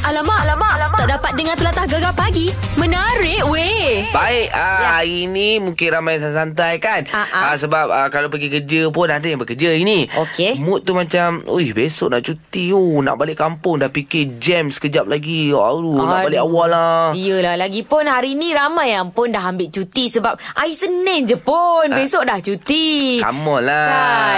Alamak, alamak, alamak. Tak dapat dengar telatah gegar pagi. Menarik weh. Baik, ah, ya. hari ni mungkin ramai santai kan? Ah, ah. Ah, sebab ah, kalau pergi kerja pun ada yang bekerja hari ni. Okey. Mood tu macam, ui besok nak cuti oh, nak balik kampung dah fikir jam sekejap lagi. Aduh, Aduh. nak balik awal lah. Yelah Lagipun hari ni ramai yang pun dah ambil cuti Sebab hari Senin je pun Besok dah cuti Ah. Come on lah.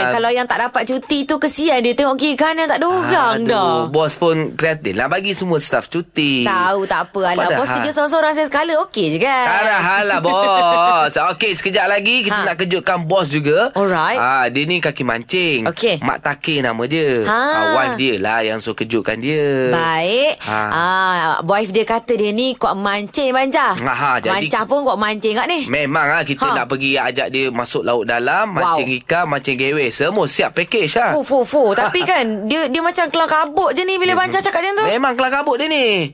Kan Kalau yang tak dapat cuti tu Kesian dia tengok kiri kanan Tak ada orang Aduh, dah Bos pun kreatif lah bagi semua staff cuti. Tahu tak apa Alah Padahal- bos kerja seorang-seorang Saya sekala okey je kan Tarahal lah bos Okey sekejap lagi Kita Ha. nak kejutkan bos juga Alright. ha, Dia ni kaki mancing Okey. Mak Takir nama dia Ha. Ah, Wife dia lah yang suruh kejutkan dia Baik Ha. ha. ah, Wife dia kata dia ni Kuat mancing manja Ha, ha, jadi- Mancah pun kuat mancing kat ni Memang lah kita Ha. nak pergi ajak dia masuk laut dalam Wow. Mancing ikan, mancing gewe Semua siap package lah Fu fu fu Tapi kan Dia dia macam kelang kabut je ni Bila mancah cakap macam tu Memang kelang kabut dia ni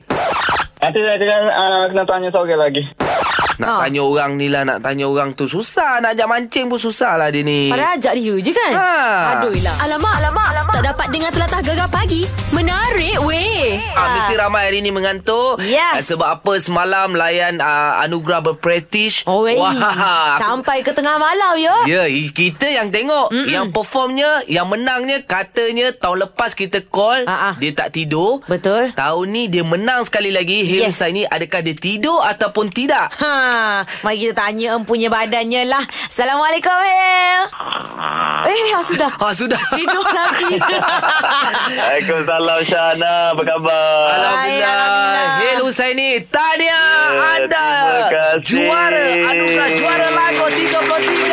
Nanti saya dengan uh, kena tanya soalan lagi. Nak Ha. tanya orang ni lah Nak tanya orang tu Susah Nak ajak mancing pun susah lah dia ni Padahal ajak dia je kan Ha. Aduh lah Alamak, alamak, alamak. Tak dapat dengar telatah gegar pagi. Menarik weh. Ah, mesti ramai hari ni mengantuk Yes. Ah, Sebab apa semalam layan ah, anugerah berprestij Oh, eh. Wah ha, Sampai ke tengah malam ya. Ya, i- kita yang tengok Mm-mm. Yang performnya Yang menangnya Katanya tahun lepas kita call Ah, ah. Dia tak tidur Betul. Tahun ni dia menang sekali lagi Hil Yes. yes. ini Adakah dia tidur ataupun tidak? Ha, mari kita tanya empunya badannya lah. Assalamualaikum, El. Eh, ah, sudah. Ha, sudah Tidur lagi. Waalaikumsalam Syahana. Apa khabar? Alhamdulillah. Alhamdulillah. Hil Husaini, tahniah Ya, anda terima kasih. juara anugerah juara lah. lagu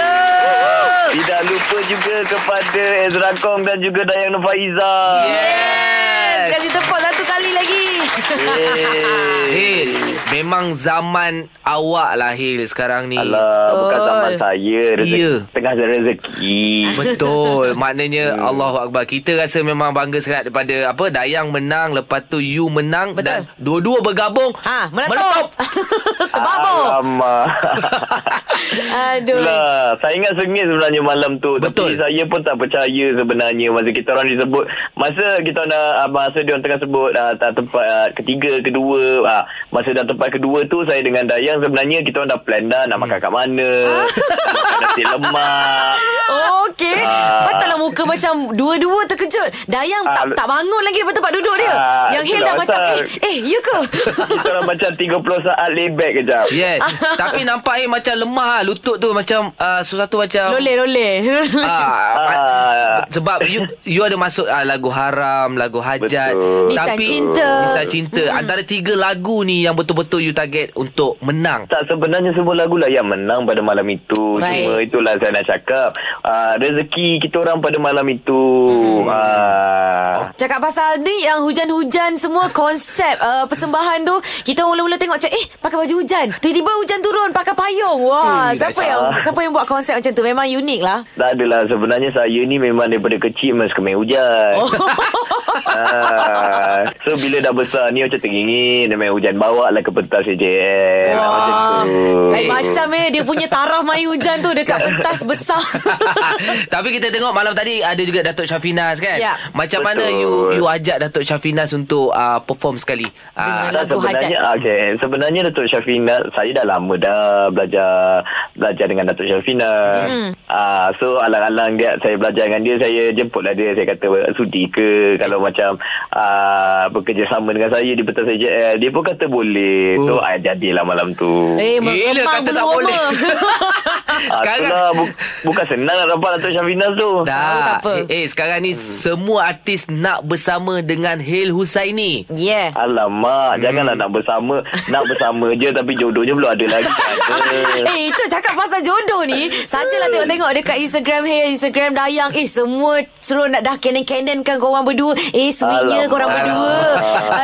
33. Tidak lupa juga kepada Ezra Kong dan juga Dayang Nur Faiza. Yes. Kasih tepuk satu kali lagi. Hil, memang zaman awak lah Hil sekarang ni. Alah, bukan Betul. zaman saya. Rezeki, Ya. Tengah rezeki. Betul. Maknanya Hmm. Allahu akbar. Kita rasa memang bangga sangat daripada apa Dayang menang, lepas tu you menang Betul. dan dua-dua bergabung. Ha, meletup. Terbabur. Alamak. Aduh. Lah, saya ingat sengit sebenarnya malam tu. Betul. Tapi saya pun tak percaya sebenarnya masa kita orang disebut. Masa kita orang dah, ah, masa dia orang tengah sebut ah, tak tempat ah, ketiga, kedua. ah, masa dah tempat kedua tu saya dengan Dayang sebenarnya kita orang dah plan dah nak makan kat mana. nak makan nasi lemak. Okey. Ah. Patutlah muka macam dua-dua terkejut. Dayang Ah, tak tak bangun lagi daripada tempat duduk dia. Ah, Yang Hil itulah dah macam, pasal. eh, eh, ya ke? Kita orang macam 30 saat layback kejap. Yes. Tapi nampak eh macam lemah lah. lutut tu macam uh, sesuatu macam Loleh, loleh. Ah, Ah. sebab you you ada masuk ah, lagu haram, lagu hajat, Betul. Nisan Cinta. Hmm. Nisan cinta. Antara tiga lagu ni yang betul-betul you target untuk menang. Tak sebenarnya semua lagu lah yang menang pada malam itu. Baik. Cuma itulah saya nak cakap. Uh, rezeki kita orang pada malam itu. Hmm. Uh, Cakap pasal ni yang hujan-hujan semua konsep uh, persembahan tu kita mula-mula tengok macam eh pakai baju hujan. Tiba-tiba hujan turun pakai payung. Wah, Hmm, siapa dahsyat. yang siapa yang buat konsep macam tu? Memang unik lah. tak adalah sebenarnya saya ni memang daripada kecil memang suka main hujan. Oh. Ah, so bila dah besar ni macam teringin dia main hujan bawa lah ke pentas CJM Wah. Eh, macam tu. Lain macam eh dia punya taraf main hujan tu dekat pentas besar. Tapi kita tengok malam tadi ada juga Datuk Syafinas kan. Ya. Macam mana Betul. you you ajak Datuk Syafinas untuk uh, perform sekali? Ah, Dengan- Lagu sebenarnya okay. sebenarnya Datuk Syafina saya dah lama dah belajar belajar dengan Datuk Syafina. Hmm. Ah so alang-alang dia saya belajar dengan dia saya jemputlah dia saya kata sudi ke kalau macam ah bekerjasama dengan saya di Petas JL dia pun kata boleh. Oh. So ah, jadilah malam tu. eh, Gila, memang kata tak belum, boleh. Ah, sekarang- itulah, bu- bukan senang nak dapat Datuk Syafina tu. Tahu tak Dah. apa. Eh, eh, sekarang Hmm. ni semua artis nak bersama dengan Hil Husaini. Yeah. Alamak, hmm. janganlah nak bersama. Nak bersama je tapi jodohnya belum ada lagi. Tak ada. Eh itu cakap pasal jodoh ni Sajalah tengok-tengok dekat Instagram Hey Instagram Dayang Eh semua Suruh nak dah canon-canon kan korang berdua Eh sweetnya Alamak. korang berdua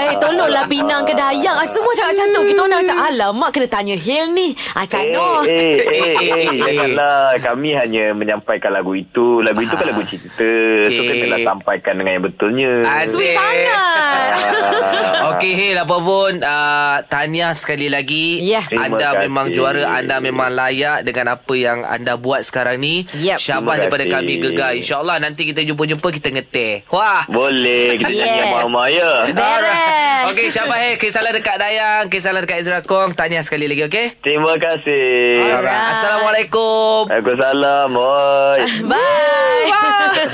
Eh tolonglah Pinang ke Dayang ah, Semua cakap macam tu Kita orang dah macam Alamak kena tanya Hil ni ah, Macam mana Eh, eh, eh, Eh, eh, eh. janganlah. Kami hanya menyampaikan lagu itu. Lagu itu kan Ah. lagu cinta. So, Okey. kenalah sampaikan dengan yang betulnya. Asyik. Sweet sangat Ah. Okey, Syihil apa pun uh, Tahniah sekali lagi Ya. Terima Anda kasih. memang juara Anda memang layak Dengan apa yang anda buat sekarang ni Yep. Syabas Terima daripada kasih. kami gegar InsyaAllah nanti kita jumpa-jumpa Kita ngeteh Wah Boleh kita yes. Yes. janji mama ya. Beres. Okey Syabas Kisahlah lah dekat Dayang Kisahlah dekat Ezra Kong Tahniah sekali lagi okey Terima kasih. Alright. Assalamualaikum Waalaikumsalam. Oi. Bye.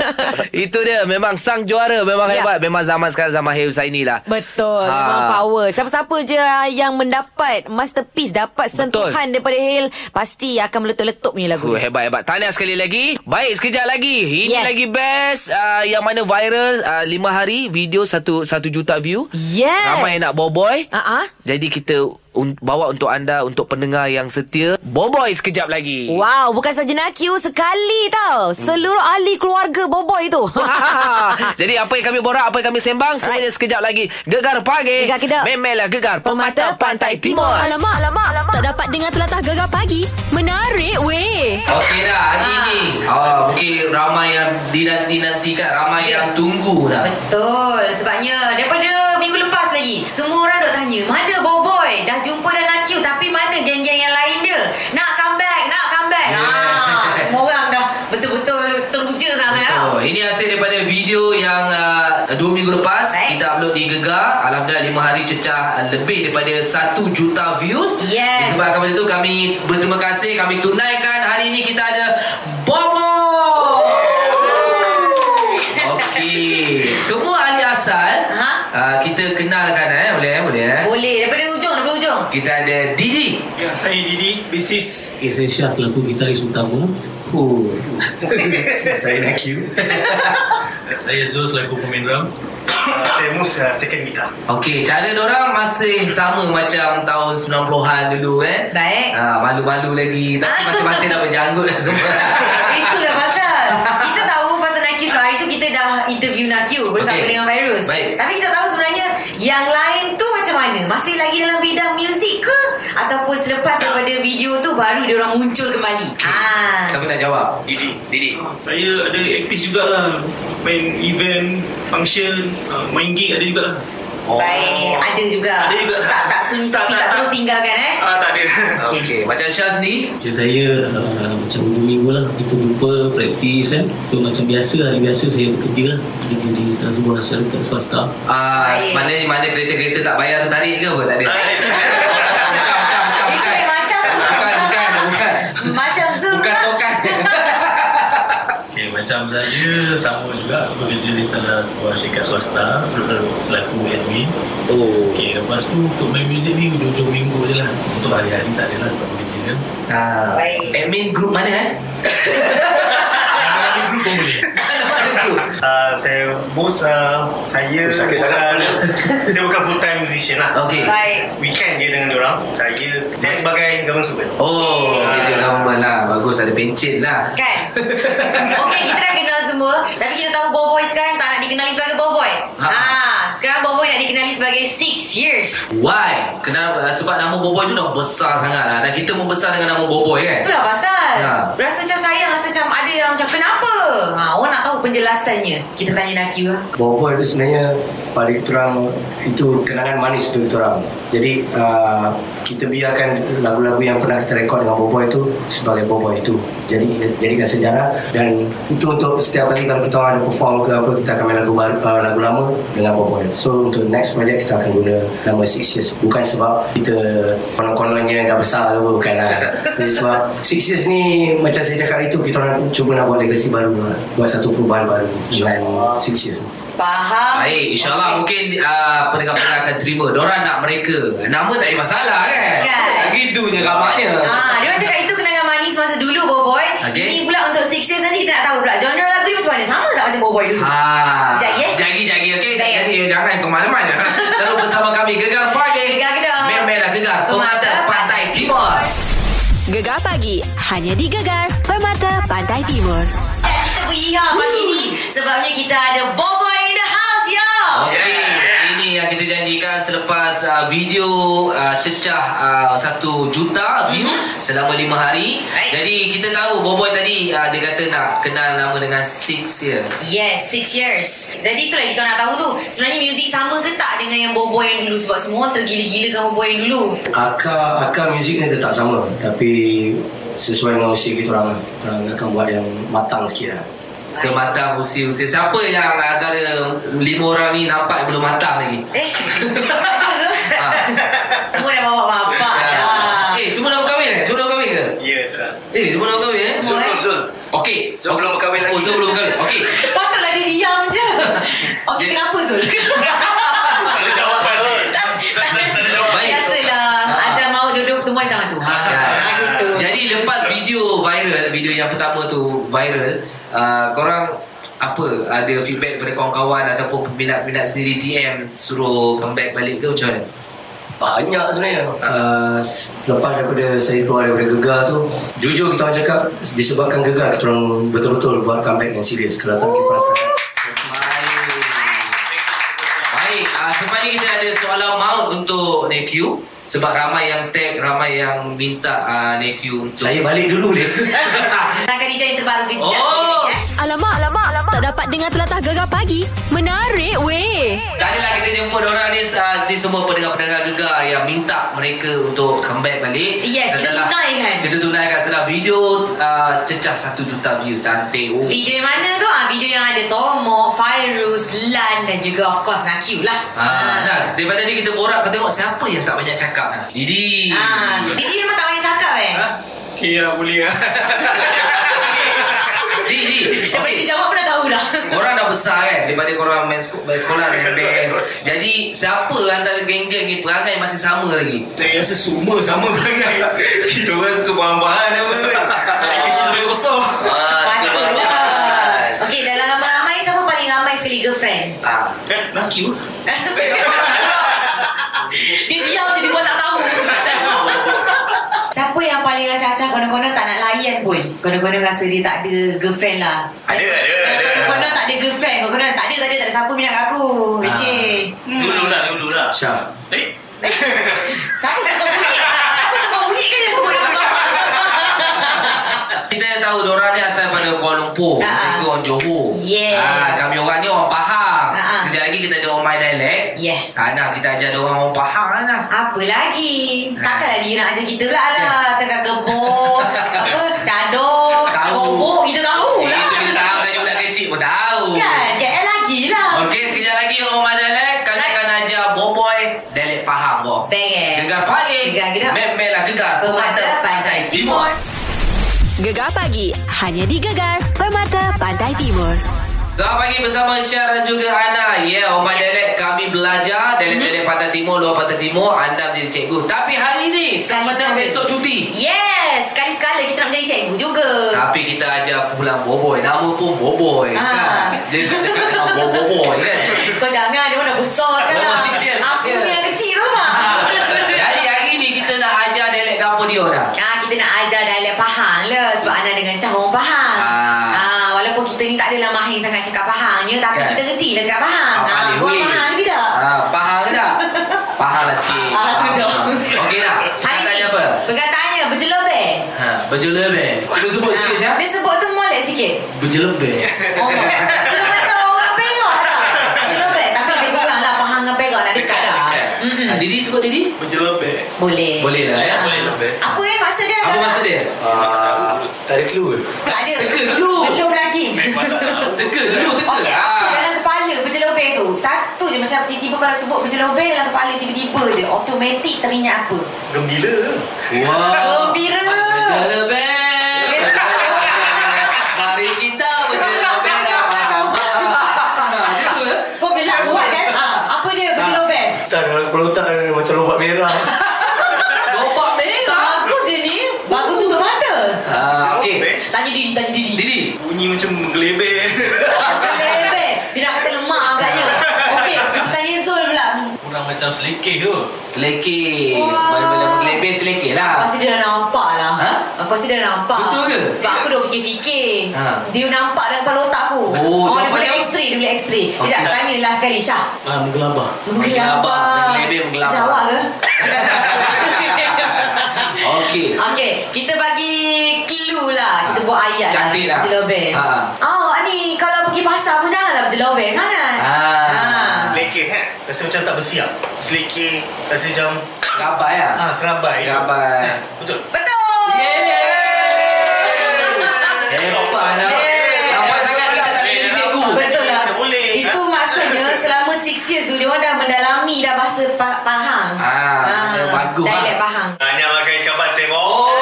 Itu dia Memang sang juara Memang Ya. hebat Memang zaman sekarang Zaman Hei Husaini lah Betul ha. Ha. Memang power Siapa-siapa je Yang mendapat Masterpiece Dapat Betul. sentuhan daripada Hale Pasti akan meletup-letup ni lagu Fuh, hebat-hebat. Tahniah sekali lagi. Baik, sekejap lagi. Yeah. Ini lagi best. Uh, yang mana viral uh, 5 hari. Video 1 satu juta view. Yes Ramai nak boboy. Ah, ah. Jadi kita un- bawa untuk anda, untuk pendengar yang setia. Boboy sekejap lagi. Wow, bukan saja Nakyu sekali tau. Seluruh ahli keluarga Boboy tu. Jadi apa yang kami borak, apa yang kami sembang, semuanya sekejap lagi. Gegar pagi. Gegar kedap. Memelah gegar pemata pantai timur. Alamak, alamak, alamak. Tak dapat dengar telatah gegar pagi. Menarik weh. Okey dah hari ni ah, Mungkin ramai yang dinanti-nantikan Ramai yang tunggu dah Betul. Sebabnya daripada minggu lepas lagi, semua orang duk tanya, mana Boboy? Dah jumpa dah Nakyu tapi mana geng-geng yang lain dia? Nak comeback, nak comeback. Ah, semua orang dah betul-betul teruja sangat-sangat. tau. Oh, ini hasil daripada video yang uh, dua minggu lepas Baik. kita upload di Gegar. Alhamdulillah lima hari cecah uh, lebih daripada satu juta views. Yes. Disebabkan oleh itu kami berterima kasih. Kami tunaikan hari ini kita ada Bobo. Okey. Semua ahli asal Ha? uh, kita kenalkan eh boleh eh boleh eh. Boleh daripada ujung daripada ujung. Kita ada Didi. Ya, saya Didi, basis. Okay, saya Syah selaku gitaris utama. Oh. saya Nakiu. Saya Zul selaku pemain drum. saya Mus, uh, second guitar. Okey, cara orang masih sama macam tahun 90-an dulu eh. Baik. Ha, malu-malu lagi. Tapi masing-masing dah berjanggut dah semua. Itulah pasal Kita tahu pasal Nakyu So hari tu kita dah interview Nakyu Bersama Okey. okay. dengan Virus Baik. Tapi kita tahu sebenarnya Yang lain tu macam mana Masih lagi dalam bidang muzik ke Ataupun selepas daripada video tu Baru dia orang muncul kembali ha. Siapa nak jawab? Didi. Didi. Ah, Saya ada aktif jugalah. Main event, function, uh, main gig ada jugalah. Oh. Baik Ada juga Ada juga. Tak, tak sunyi Tak, tak, sepi tak, tak. terus tinggalkan eh Ah, tak ada. Okey, okay. macam Syah sendiri. Macam saya uh, macam dua minggu lah. Kita jumpa, praktis kan. So macam biasa, hari biasa saya bekerja lah. Kerja di salah sebuah syarikat swasta. Ah, Baik. mana mana kereta-kereta tak bayar tu tarik ke apa? Tak ada. bukan, bukan, bukan, Itu bukan. lain macam tu Bukan, bukan, bukan. Macam Zul Bukan lah. tokan. Okay, macam saya sama juga bekerja di salah sebuah syarikat swasta selaku admin. Oh. Okay, lepas tu untuk main muzik ni hujung-hujung minggu je lah. Untuk hari-hari tak ada lah sebab bekerja kan. Ah, Baik. admin group mana eh? Kalau grup pun boleh. Kalau ada group. Uh, saya Mus, uh, saya Mus, sakit bukan, saya bukan full time musician lah. Okey. Baik Weekend je dengan orang. Saya saya sebagai government servant. Oh, kerja lama lah. Bagus ada pencin lah. Kan Okey kita dah kenal semua Tapi kita tahu Boboy sekarang Tak nak dikenali sebagai Boboy Ha. ha. ha. Sekarang Boboy nak dikenali sebagai Six Years Why? Kenapa? Sebab nama Boboy tu dah besar sangat lah. Dan kita membesar dengan nama Boboy kan? Itulah pasal Ya. ha. Rasa macam sayang Rasa macam ada yang macam Kenapa? Ha, orang nak tahu penjelasannya Kita tanya Nakiu lah Boboy itu sebenarnya pada kita orang itu kenangan manis untuk kita orang. Jadi uh, kita biarkan lagu-lagu yang pernah kita rekod dengan Boboy itu sebagai Boboy itu. Jadi jadikan sejarah dan itu untuk setiap kali kalau kita orang ada perform ke apa kita akan main lagu baru, uh, lagu lama dengan Boboy. So untuk next project kita akan guna nama Six Years bukan sebab kita konon-kononnya dah besar ke apa bukan lah. Jadi sebab Six Years ni macam saya cakap hari tu kita orang cuba nak buat legacy baru lah. Buat satu perubahan baru dengan Six Years ni. Faham? Baik, Okey. insyaAllah mungkin uh, pendengar-pendengar akan terima. Diorang nak mereka. Nama tak ada masalah kan? Kan. Gitu je gambarnya. Ah, dia orang cakap itu kenangan manis masa dulu Boboy. Okey. Ini pula untuk Six Years nanti kita nak tahu pula genre lagu dia macam mana. Sama tak macam Boboy dulu? Ah. Jagi, eh? Jagi, jagi. Okey, Baik. eh? jadi jangan ke mana-mana. Terus bersama kami Gegar Pagi. Gegar Kedah. Memelah lah, Gegar Pemata Pantai Timur. Gegar pagi. Hanya di Gegar Permata Pantai Timur. Ya, Kita beriha pagi ni sebabnya kita ada Boboy in the house, yo. Okey, ini ini yang kita janjikan selepas uh, video uh, cecah uh, 1 juta view mm-hmm. selama 5 hari. Mhm. Baik. Jadi kita tahu Boboy tadi uh, dia kata nak kenal lama dengan Six ya. Yes, six years. Jadi itulah kita nak tahu tu. Sebenarnya muzik sama ke tak dengan yang Boboy yang dulu sebab semua orang tergila-gila dengan Boboy yang dulu. Akar akar muzik ni tetap sama tapi sesuai dengan usia kita orang lah. kita orang akan buat yang matang sikit lah. Sematang usia-usia Siapa yang antara lima orang ni Nampak belum matang lagi Eh, ada ke? ha. Semua dah bawa bapak dah. Eh semua dah berkahwin eh Semua dah berkahwin ke Ya, sudah. Eh semua dah berkahwin eh Semua eh. Okey So, belum berkahwin Oh lagi. so belum berkahwin Okey Patutlah dia diam je. Okey, Jadi- kenapa Zul? Ada jawapan. Baik. Biasalah. Ajar maut jodoh pertemuan tangan Tuhan. Ya. Ha, gitu. Ah. Jadi lepas video viral Video yang pertama tu viral uh, Korang apa ada feedback daripada kawan-kawan ataupun peminat-peminat sendiri DM suruh comeback balik ke macam mana? Banyak sebenarnya uh, s- Lepas daripada saya keluar daripada Gegar tu Jujur kita orang cakap Disebabkan Gegar kita orang betul-betul buat comeback yang serius Kalau tak kita Oh. setakat Baik. Baik, uh, sebenarnya kita ada soalan maut untuk NEQ sebab ramai yang tag, ramai yang minta uh, NEQ untuk Saya balik dulu boleh? Nak Khadijah yang terbaru kejap. Oh. ni, eh. Alamak, alamak, alamak. Tak dapat dengar telatah gegar pagi. Menarik weh. Tak adalah kita jemput orang ni uh, Ni semua pendengar-pendengar gegar Yang minta mereka untuk comeback balik Yes, kita tunaikan. Kita tunaikan setelah video uh, Cecah 1 juta view Cantik oh. Video yang mana tu? Ah, video yang ada Tomok, Fairuz, Lan dan juga of course Nakiu lah. Ah, nah, daripada ni kita borak Kau tengok siapa yang tak banyak cakap nah. Didi Ah, Didi memang tak banyak cakap eh. Ha? Okay, ya, boleh lah. Didi Daripada dia jawab pun dah tahu dah. Korang dah besar kan Daripada korang main, sko- main sekolah main band kan. Jadi siapa antara geng-geng ni Perangai masih sama lagi Saya rasa semua sama perangai. Kita orang suka bahan-bahan apa. Dari kecil sampai besar. ah, suka Patutlah. banget. Okey, dalam ramai-ramai siapa paling ramai sekali girlfriend? Ah, Eh, Naki pun. Dia diam je, dia buat tak tahu. Siapa yang paling acah-acah konon-konon tak nak layan pun? Konon-konon rasa dia tak ada girlfriend lah. Ada, ada, ada. Konon-konon tak ada girlfriend. Konon-konon tak ada, tak ada, tak ada siapa minat kat aku. Leceh. Dulu lah, dulu lah. Syah Eh, Siapa suka bunyi? Siapa suka bunyi kan dia sebut nama kau? Kita yang tahu Diorang ni asal pada Kuala Lumpur Ah, ah. Mereka orang Johor Yes. Ah, Kami orang ni orang Pahang Ah, ah. Sekejap lagi kita ada orang My Dialect Yeah. ah, Nah kita ajar diorang orang Pahang lah nah. Apa lagi? Takkanlah dia nak ajar kita pula Ya. lah. Tengah gebor, apa, cador, Tahu. bobok, kita tahu Eh, lah. Itu kita tahu Tanya budak kecil pun tahu Kan, KL lagi lah. Okey sekejap lagi orang My Dialect Kami Right. akan ajar Boboy Dialect Pahang boh. Bang. Gegar pagi Gegar gerak. Memelah gegar Pemata Pantai Timur. Gegar pagi. Hanya di Gegar. Permata Pantai Timur. Selamat pagi bersama Syar dan juga Ana. Ya, yeah, Omar Dialek kami Mhm. belajar dialek-dialek Pantai Timur, luar Pantai Timur. Anda menjadi cikgu. Tapi hari ini, sebenarnya Sekali-sekali. besok cuti. Yes, sekali-sekala kita nak menjadi cikgu juga. Tapi kita ajar kumpulan Boboy. Nama pun Boboy. Ah. Kan? Dia dekat dengan Boboy kan. Kau jangan, dia orang dah besar sekarang. Oh, six years, six Aku years. ni yang kecil tu mah. Jadi hari ini kita nak ajar dialek Gapo dia dah. Ah, kita nak ajar dialek Pahang lah sebab Ana dengan Syah orang Pahang. Ah. Ah, walaupun kita ni tak adalah mahir sangat cakap Pahangnya tapi Kan. kita reti lah cakap Pahang. Apa Ah, ni, kau weh? Pahang ke tidak? Ah, faham ke tak? Faham lah sikit. Ah, sudah. Okey dah. Nak ni, tanya apa? Perkataannya berjelebeh. Ha, berjelebeh. Cuba sebut Ah. sikit Syah. Dia sebut tu molek sikit. Berjelebeh. Oh, tu macam orang perak tak? Jelebeh tapi lebih kurang lah Pahang dengan perak dah dekat dah. Mm-mm. Ah, Didi sebut Didi? menjelebek. Boleh. Boleh lah ya. Ah. boleh lah, babe. Apa eh maksud dia? Apa maksud dia? Ah, tak ada clue ke? Tak je. Teka dulu. Belum lagi. Memang tak tahu. Teka dulu teka. Ah. Okey, apa dalam kepala berjelobel tu? Satu je macam tiba-tiba kalau sebut berjelobel dalam kepala tiba-tiba je automatik teringat apa? Gembira. Wow. Gembira. Berjelebel. Mari kita berjelebel sama-sama. lah. Ah, Gitu ya. Kau gelak buat kan? Ah, apa dia berjelobel? Tak ada kalau tak ada macam lobak merah Lobak merah. Bagus dia ni. Bagus untuk mata. Ah, okey. Tanya diri, tanya diri. Didi. Bunyi macam menggelebek. Lebih. Dia nak kata lemak agaknya. Okey, kita tanya Zul pula. Kurang lagi macam selekeh tu. Selekeh Wah. Benda-benda menggelebih selekeh lah Kau dah nampak lah Ha? Kau dah nampak Betul ke? Sebab aku dah fikir-fikir Ha. Dia nampak dalam kepala otak aku Oh, dia jawapan boleh dia- Oh, x-ray Dia boleh x-ray Okey. Sekejap tanya last sekali Syah Ah, menggelabah. Menggelabah Menggelabah, menggelabah. Jawab ke? Okey Okey, kita bagi clue lah. Kita buat ayat Ha. Cantik lah. Jelobel. Ha. Awak ni kalau pergi pasar pun janganlah berjelobel sangat. Ha. Selekeh kan? Rasa macam tak bersiap. Selekeh, rasa macam Gabai lah ah, serabai. Serabai. Ah, Betul. Betul. Hebat lah Yeay. Ramai sangat kita tak jadi cikgu Betul lah. Mana boleh. Itu maksudnya selama 6 years tu dia orang dah mendalami dah bahasa pa- Pahang. Ha, dia bagus, Dialek ha. Pahang. Banyak makan ikan batin. Oh.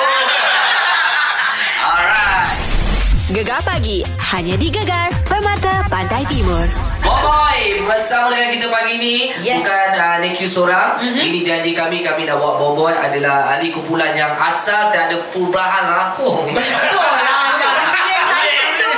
Alright Gegar pagi hanya di Gegar Permata Pantai Timur. Boboy bersama dengan kita pagi ni Yes. Mhm. bukan uh, Nick Yu seorang. Mm-hmm. Ini janji kami kami nak buat Boboy adalah ahli kumpulan yang asal tak ada perubahan lah. Oh, rampung. Betul lah. Dia excited tu.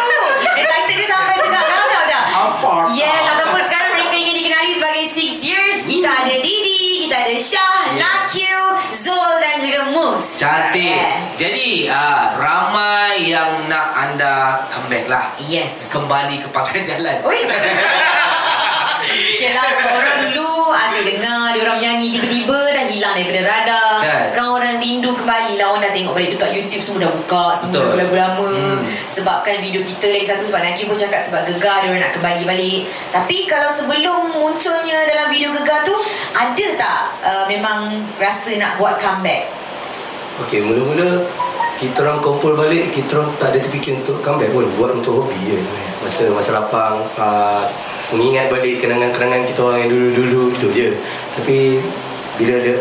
Dia excited dia sampai tengah garang dah. Apa? Yes, ataupun sekarang mereka ingin dikenali sebagai Six Years. Kita ada Didi, kita ada Syah, Yeah. Nakil, Zul dan juga Mus. Cantik. Yeah. Jadi uh, ramai yang nak anda comeback lah. Yes. Kembali ke pangkat jalan. Oi. Yelah sebab orang dulu asyik dengar dia orang menyanyi tiba-tiba dah hilang daripada radar. Kan. Sekarang orang rindu kembali lah orang dah tengok balik dekat YouTube semua dah buka semua Betul. dah lagu lama. Hmm. Sebabkan video kita lagi satu sebab Naki pun cakap sebab gegar dia orang nak kembali balik. Tapi kalau sebelum munculnya dalam video gegar tu ada tak uh, memang rasa nak buat comeback? Okey, mula-mula kita orang kumpul balik, kita orang tak ada terfikir untuk comeback pun. Buat untuk hobi je. Masa masa lapang, uh, mengingat balik kenangan-kenangan kita orang yang dulu-dulu itu je. Tapi bila ada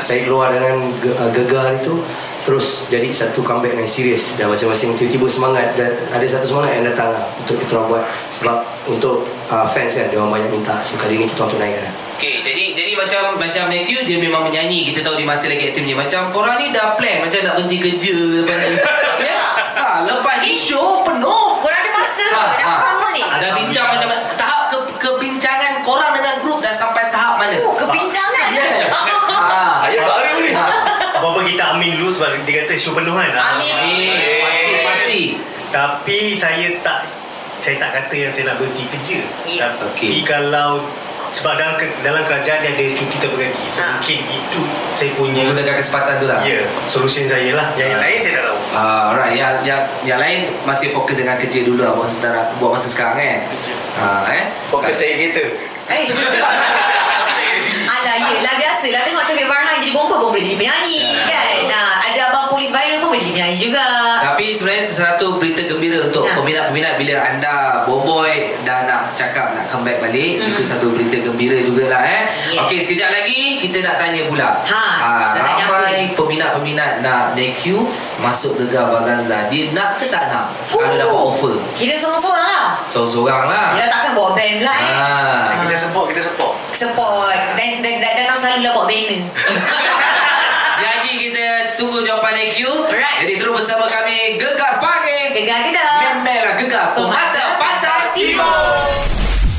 saya keluar dengan ge- uh, gegar itu terus jadi satu comeback yang serius dan masing-masing tiba-tiba semangat dan ada satu semangat yang datang lah untuk kita orang buat sebab untuk uh, fans kan dia orang banyak minta so kali ni kita orang tunaikan lah. Okay, jadi jadi macam macam Matthew dia memang menyanyi. Kita tahu dia masih lagi aktifnya. Macam korang ni dah plan macam nak berhenti kerja lepas ni. ya. Ha, lepas ni show penuh. Korang ada masa Ha, ha, dah ha. sama ni. Dah bincang macam tahap ke, kebincangan korang dengan grup dah sampai tahap mana? Oh, kebincangan. Ya. Ha. Ayah baru ni. Apa-apa kita amin dulu sebab dia kata show penuh kan. Ah, Amin. Eh, pasti pasti. Tapi saya tak saya tak kata yang saya nak berhenti kerja. Ya. Okey. Tapi kalau sebab dalam ke- dalam kerajaan dia ada cuti terberganti. So Ah. mungkin itu saya punya Menggunakan kesempatan tu lah. ya, solution saya lah. Yang, yang Ah. lain saya tak tahu. Ah, alright. Yang, yang, yang lain masih fokus dengan kerja dulu lah buat sementara buat masa sekarang kan. Ha, eh. Fokus naik kereta Eh, Alah, yelah biasalah tengok Syafiq Farhan jadi bomba pun boleh jadi penyanyi Ya. kan. Nah, ada abang polis viral pun boleh jadi penyanyi juga. Tapi sebenarnya sesuatu berita gembira untuk Ha. peminat-peminat bila anda boboy dah nak cakap nak comeback balik itu satu berita gembira jugalah eh. Hmm. Yes. Okey sekejap lagi kita nak tanya pula. Ha, nak tanya apa ramai peminat-peminat nak DQ masuk gegar Baganza. Dia nak ke tak nak? Fuh. Kalau dapat offer. Kira seorang-seorang lah. Seorang-seorang lah. Ah. Yelah takkan bawa band pula eh. Ha. Kita support, kita support. Support. Dan, dan, dan datang selalu lah bawa banner. Jadi kita tunggu jawapan DQ. Alright. Jadi terus bersama kami Gegar Pagi. Gegar ke dah? Memelah Gegar Pemata Pantai Timur.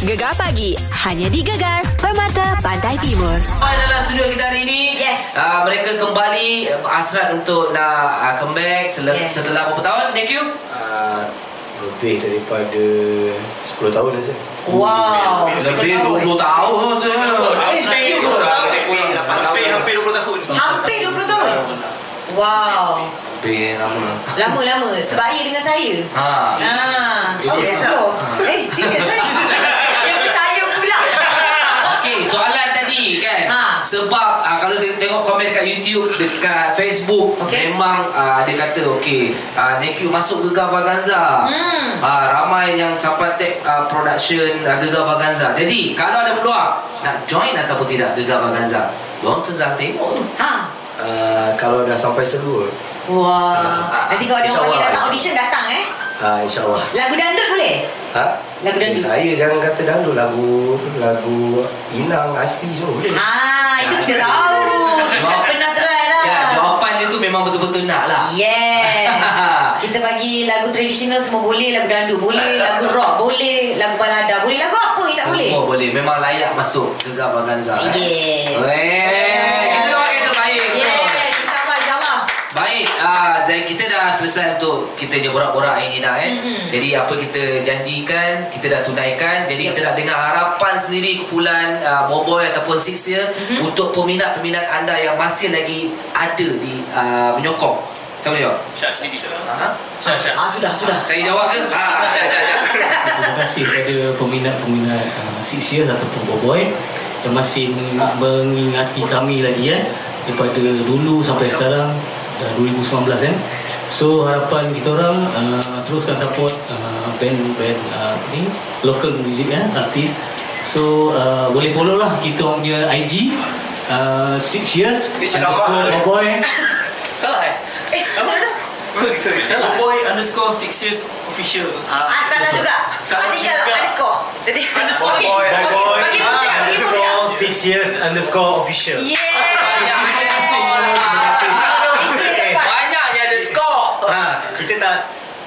Gegar pagi hanya di Gegar Permata Pantai Timur. Dalam studio kita hari ini Yes. uh, Mereka kembali uh, Hasrat untuk nak uh, come back sel- Yes. Setelah berapa tahun Thank you Uh, Ah, lebih daripada 10 tahun lah, dah saya. Wow. Eh, Lebih 20 tahun, Hampir 20 tahun tahun. Lebih lapan tahun. Hampir- Hampir 20 tahun. Hampir 20 tahun. Wow. Lebih lama Lama-lama. Sebaya dengan saya. Ha Ah, serius lah. Eh, serius lah. Dia percaya pula. Okey, soalan tadi kan Ha. Sebab uh, kalau tengok, tengok komen kat YouTube Dekat Facebook Okey. Memang uh, dia kata Okey, uh, Thank you masuk Gegar Vaganza Hmm. uh, Ramai yang sampai tag uh, production uh, Gegar Vaganza Jadi, kalau ada peluang Nak join ataupun tidak Gegar Vaganza Diorang terserah tengok tu Ha. Uh, Ah, kalau dah sampai seluruh, Wah. Nanti kalau ada orang panggil InsyaAllah. datang audition datang eh. uh, insyaAllah. Lagu dangdut boleh? Ha? Lagu dangdut. Eh, saya jangan kata dangdut lagu lagu inang asli semua boleh. Ah, itu kita tahu. Kita Jawab- pernah try lah. Ya, jawapan dia tu memang betul-betul nak lah Yes. kita bagi lagu tradisional semua boleh, lagu dangdut boleh, lagu rock boleh, lagu balada boleh, lagu apa tak boleh? Semua boleh. Memang layak masuk ke Ganza. Yes. Weh, kita doakan yang terbaik. Yes, insyaAllah, insyaAllah. Baik, ah, dan kita dah selesai untuk kita je borak-borak hari ni dah eh. Mhm. Jadi apa kita janjikan, kita dah tunaikan. Jadi kita nak dengar harapan sendiri kumpulan ah, Boboy ataupun Six Year Mm-hmm. untuk peminat-peminat anda yang masih lagi ada di ah, menyokong. Siapa jawab? Syah sendiri. Syah, Ha? Syah. Ah, sudah, sudah. Saya jawab ke? Ha, Syah, Syah, Syah. Terima kasih kepada peminat-peminat uh, Six Years ataupun Boboy yang masih meng- mengingati kami lagi ya daripada dulu sampai sekarang dah 2019 kan. So harapan kita orang uh, teruskan support uh, band-band uh, apa ni local music ya artis. So uh, boleh follow lah kita orang punya IG uh, Six Years Ni ceramah. underscore Boboy Salah eh? Eh, apa tu? Sorry, sorry. Salah. Boy underscore six years official. Ah, salah juga. Salah Ah, tinggal juga. underscore. Jadi, Underscore okey, Boy, okey, boy. bagi pusat, bagi Underscore pusat. six years underscore official. Banyak ada skor. Yeah. Itu yang tepat. Eh, Banyaknya ada skor. Ha, kita tak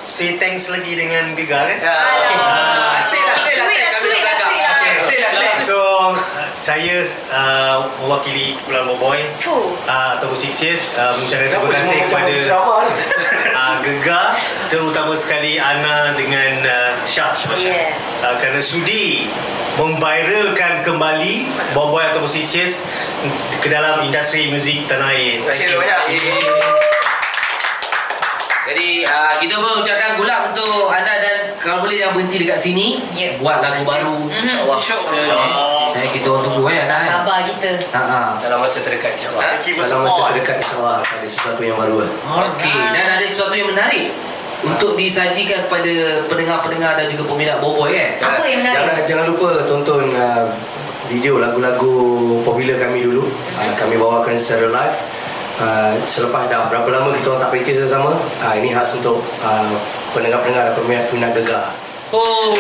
say thanks lagi dengan Biga kan? Ha, Alah. okey. Ah, Say lah, say lah. Eh, Sweet lah, Kami sweet lah, belakang. sweet lah. Okey. Say lah, thanks. So, saya uh, mewakili Kepulauan Boboy Fuh. uh, ataupun Six Years uh, mengucapkan terima kasih kepada uh, Gega terutama sekali Ana dengan uh, Syah Yeah. uh, kerana sudi memviralkan kembali Boboy ataupun Six Years ke dalam industri muzik tanah air. Terima kasih ah. banyak. Eh. Jadi uh, kita pun ucapkan gulab untuk anda dan kalau boleh jangan berhenti dekat sini Ya. buat lagu baru. InsyaAllah. Eh, eh, kita orang tunggu eh dah. Tak sabar kita. Ha ah. Dalam masa terdekat insyaAllah Ha? Thank you for Dalam masa support. terdekat insyaAllah akan ada sesuatu yang baru lah Okey, dan ada sesuatu yang menarik untuk disajikan kepada pendengar-pendengar dan juga peminat Boboy kan. Apa yang menarik? Jangan, jangan lupa tonton uh, video lagu-lagu popular kami dulu. Uh, kami bawakan secara live. Uh, selepas dah berapa lama kita orang tak praktis sama-sama. Uh, ini khas untuk uh, pendengar-pendengar dan peminat-peminat gegar. Oh,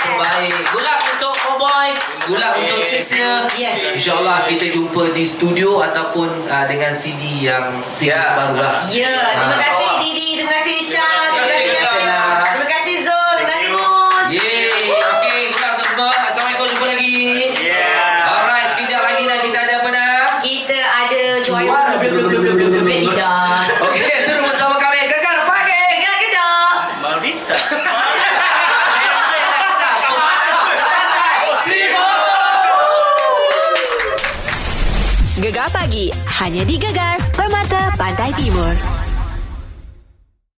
terbaik. Gulak untuk Cowboy, gulak untuk Sixer. Yes. InsyaAllah kita jumpa di studio ataupun uh, dengan CD yang CD Ya. baru lah. Ya, terima Ah. kasih Didi, terima kasih Syah, terima kasih Terima kasih, Nasir, Nas. terima kasih Zul, terima kasih Mus. Yeay. Okey, gulak untuk semua. Assalamualaikum, jumpa lagi. Yeah. Alright, sekejap lagi dah kita ada apa dah? Kita ada juara Juara. belum belum belum belum belum lidah. Okey, terus bersama kami. Gegar pagi. Dengar ke tak? Marita. Gegar pagi hanya di Gegar Permata Pantai Timur.